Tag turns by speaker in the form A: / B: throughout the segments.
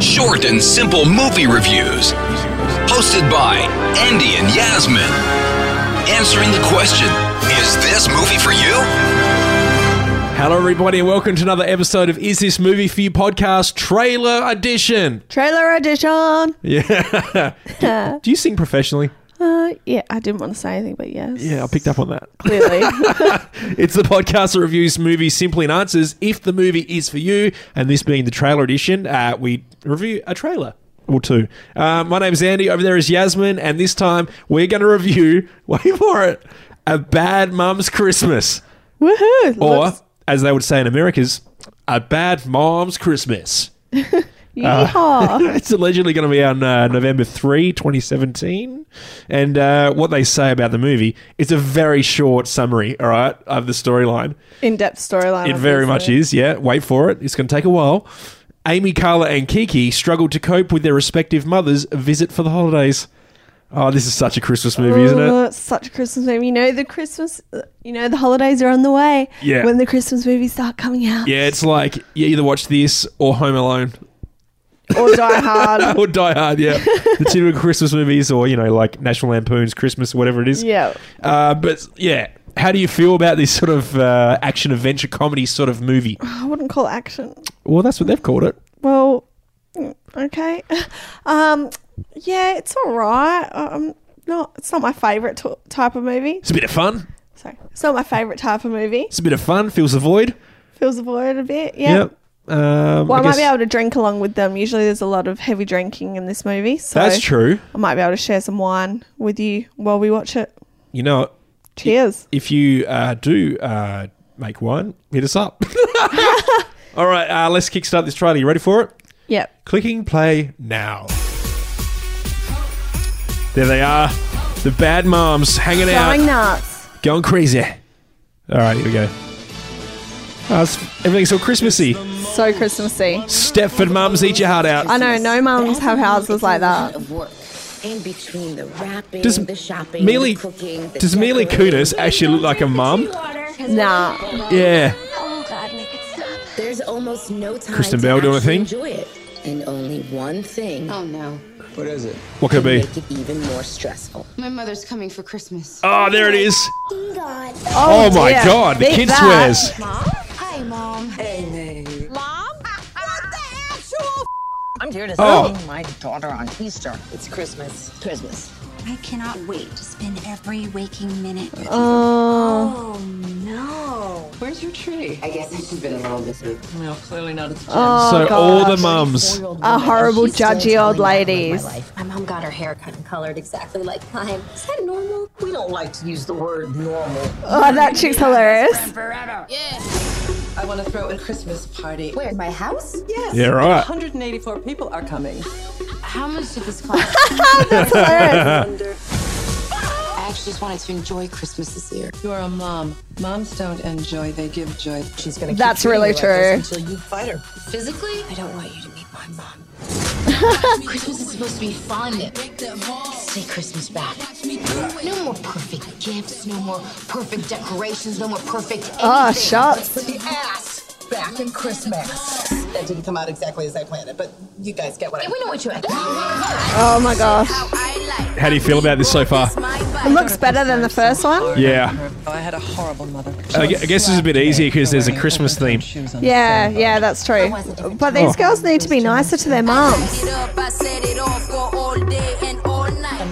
A: Short and simple movie reviews. Hosted by Andy and Yasmin. Answering the question Is this movie for you?
B: Hello, everybody, and welcome to another episode of Is This Movie For You podcast trailer edition.
C: Trailer edition.
B: Yeah. do, do you sing professionally?
C: Uh, yeah, I didn't want to say anything, but yes.
B: Yeah, I picked up on that.
C: Clearly.
B: It's the podcast that reviews movies simply and answers if the movie is for you. And this being the trailer edition, uh, we review a trailer or two. Uh, my name's Andy. Over there is Yasmin, and this time we're going to review. Wait for it. A bad mum's Christmas,
C: Woohoo!
B: or
C: Looks-
B: as they would say in America's, a bad mom's Christmas. uh,
C: Yeehaw.
B: it's allegedly going to be on uh, November 3, 2017. And uh, what they say about the movie, it's a very short summary, all right, of the storyline.
C: In-depth storyline.
B: It very much
C: is.
B: is, yeah. Wait for it. It's going to take a while. Amy, Carla, and Kiki struggle to cope with their respective mothers' visit for the holidays. Oh, this is such a Christmas movie, isn't it?
C: Oh, it's such a Christmas movie. You know the Christmas. uh, You know the holidays are on the way.
B: Yeah.
C: When the Christmas movies start coming out.
B: Yeah, it's like you either watch this or Home Alone
C: Or Die Hard.
B: or Die Hard, yeah. the two Christmas movies or, you know, like National Lampoon's Christmas, whatever it is.
C: yeah.
B: Uh, but yeah, how do you feel about this sort of uh, action adventure comedy sort of movie?
C: I wouldn't call it action.
B: Well, that's what they've called it.
C: Well. mm, Okay. Um. Yeah, it's all right. Um. Not. It's not my favorite t- type of movie.
B: It's a bit of fun.
C: Sorry. It's not my favorite type of movie.
B: It's a bit of fun. Fills the void.
C: Feels the void a bit. Yeah.
B: Yep. Um,
C: Well, I, might
B: guess
C: be able to drink along with them. Usually, there's a lot of heavy drinking in this movie, so
B: That's true.
C: I might be able to share some wine with you while we watch it.
B: You know,
C: Cheers.
B: if you uh, do uh, make wine, hit us up. All right, uh, let's kickstart this trailer. You ready for it?
C: Yep.
B: Clicking play now. There they are. The bad moms hanging out.
C: Going nuts.
B: Going crazy. All right, here we go. Oh, it's- everything's so Christmassy.
C: So Christmassy.
B: Stepford mums, eat your heart out.
C: I know no mums have houses like that.
D: In between the wrapping,
B: Does
D: the shopping,
B: Mili-
D: the cooking, the
B: does Mila Kunis actually look like a mum?
C: Nah.
B: Yeah.
E: Oh God, make it stop.
D: There's almost no time
B: Kristen
D: to
B: Bell doing a
D: actually
B: thing?
D: Enjoy it, and only one thing
F: Oh no.
G: What is it?
B: What could it
D: make
B: be?
D: it even more stressful.
F: My mother's coming for Christmas.
B: Oh, there it is.
E: God.
B: Oh, my
C: dear.
B: God. The
C: Beat
B: kid
C: that.
B: swears.
E: Mom? Hi, Mom. Hey, Mom? What the actual?
H: I'm here to
B: Oh.
H: see my daughter on Easter. It's Christmas. Christmas.
I: I cannot wait to spend every waking minute.
C: Oh.
I: Oh no.
H: Where's your tree? I guess I should have been alone this week. Well, clearly not. It's
C: Oh,
B: so
C: God.
B: all the mums.
C: A horrible, judgy old ladies.
H: My mom got her hair cut and colored exactly like mine. Is that normal? We don't like to use the word normal.
C: Oh, that chick's hilarious.
F: I want to throw a Christmas party. Wait,
H: Where? My house? Yes.
B: Yeah, right.
H: 184 people are coming.
F: how much did this cost?
C: That's hilarious.
F: I actually just wanted to enjoy Christmas this year. You're a mom. Moms don't enjoy; they give joy.
H: She's gonna. keep
C: That's
H: treating
C: really
H: you like this
C: true.
H: until you fight her.
F: Physically, I don't want you to meet my mom. Christmas is supposed to be fun.
H: Take Christmas back. No more perfect gifts. No more perfect decorations. No more perfect.
C: Oh, shots.
H: Put the ass back in Christmas. That didn't come out exactly as I planned it, but you guys get what I.
F: We know what you had.
C: Oh, my gosh.
B: How do you feel about this so far?
C: It looks better than the first one.
B: Yeah.
H: Oh,
F: I had a horrible mother.
B: I gue- I guess this is a bit easier because there's a Christmas theme.
C: Yeah, yeah, that's true. But these
B: Oh.
C: girls need to be nicer to their moms.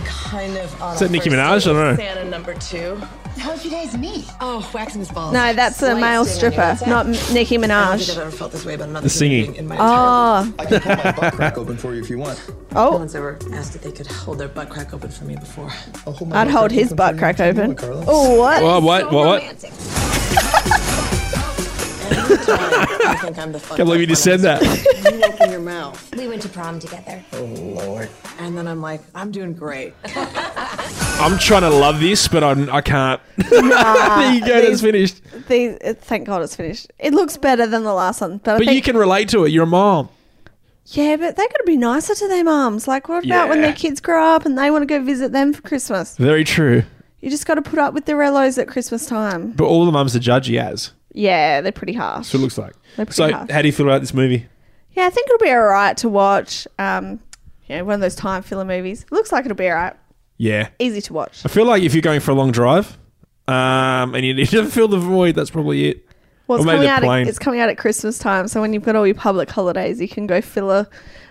H: Kind of. On
B: Is that Nicki Minaj? I don't know.
H: How did you guys meet? Oh, waxing his balls.
C: No, that's a male stripper, not Nicki
H: I don't think I've
C: Minaj.
H: ever felt this way about another
B: The singing.
H: human being in my entire
C: Oh,
G: I can pull my butt crack open for you if you want.
H: No
C: oh,
H: one's ever asked if they could hold their butt crack open for me before.
G: I'll hold my
C: I'd
G: butt
C: hold
G: crack
C: his
G: open
C: butt
G: for
C: crack
G: you. Come on,
C: open.
G: Carla.
C: Oh, what?
B: Oh, what? What? What?
I: Romantic.
H: I think I'm the fucked
B: Can't believe
H: up
B: you just
H: one.
B: said that.
H: You open your mouth,
I: We went to prom together.
G: Lord.
H: and then I'm like, I'm doing great.
B: I'm trying to love this, but I'm, I can't. there you go. That's finished.
C: These, uh, thank God it's finished. It looks better than the last one, but, I
B: But
C: think,
B: you can relate to it. You're a mom.
C: yeah, but they got to be nicer to their moms. Like, what about when
B: Yeah.
C: their kids grow up and they want to go visit them for Christmas?
B: Very true.
C: You just got to put up with the relos at Christmas time.
B: But all the mums are judgy as.
C: Yeah, they're pretty harsh.
B: So it looks like.
C: They're pretty
B: So
C: harsh.
B: how do you feel about this movie?
C: Yeah, I think it'll be all right to watch. Um, yeah, one of those time filler movies. Looks like it'll be all right.
B: Yeah.
C: Easy to watch.
B: I feel like if you're going for a long drive um, and you need to fill the void, that's probably it.
C: Well,
B: Or
C: it's
B: maybe
C: coming
B: the
C: out.
B: plane.
C: At, it's coming out at Christmas time, so when you've got all your public holidays, you can go fill a,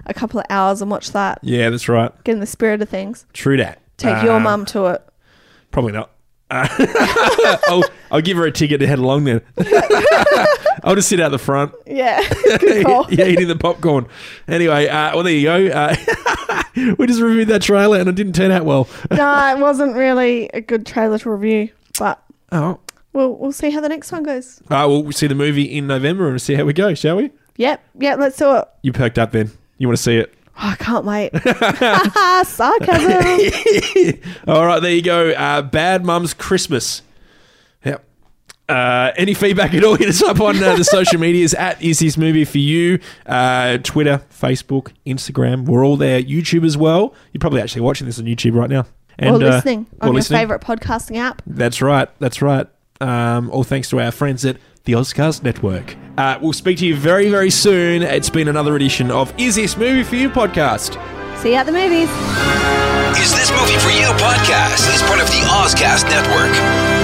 C: a couple of hours and watch that.
B: Yeah, that's right.
C: Get in the spirit of things.
B: True that.
C: Take
B: Uh,
C: your mum to it.
B: Probably not. Uh, I'll, I'll give her a ticket to head along then. I'll just sit out the front.
C: Yeah. Good call.
B: yeah, eating the popcorn. Anyway, uh, well, there you go. Uh, we just reviewed that trailer and it didn't turn out well.
C: No, it wasn't really a good trailer to review, but
B: Oh.
C: we'll we'll see how the next one goes.
B: Uh, we'll see the movie in November and see how we go, shall we?
C: Yep. Yeah. Let's do it.
B: You perked up then. You want to see it.
C: Oh, I can't wait. Sarcasm.
B: All right, there you go. Uh, Bad Mum's Christmas. Yep. Uh, any feedback at all, hit us up on uh, the social medias at Is This Movie For You, uh, Twitter, Facebook, Instagram. We're all there. YouTube as well. You're probably actually watching this on YouTube right now.
C: or
B: uh,
C: listening
B: or
C: on your
B: listening.
C: favorite podcasting app.
B: That's right. That's right. Um, all thanks to our friends at the Oscars Network. Uh, we'll speak to you very, very soon. It's been another edition of Is This Movie For You podcast.
C: See you at the movies.
A: Is This Movie For You podcast is part of the Ozcast Network.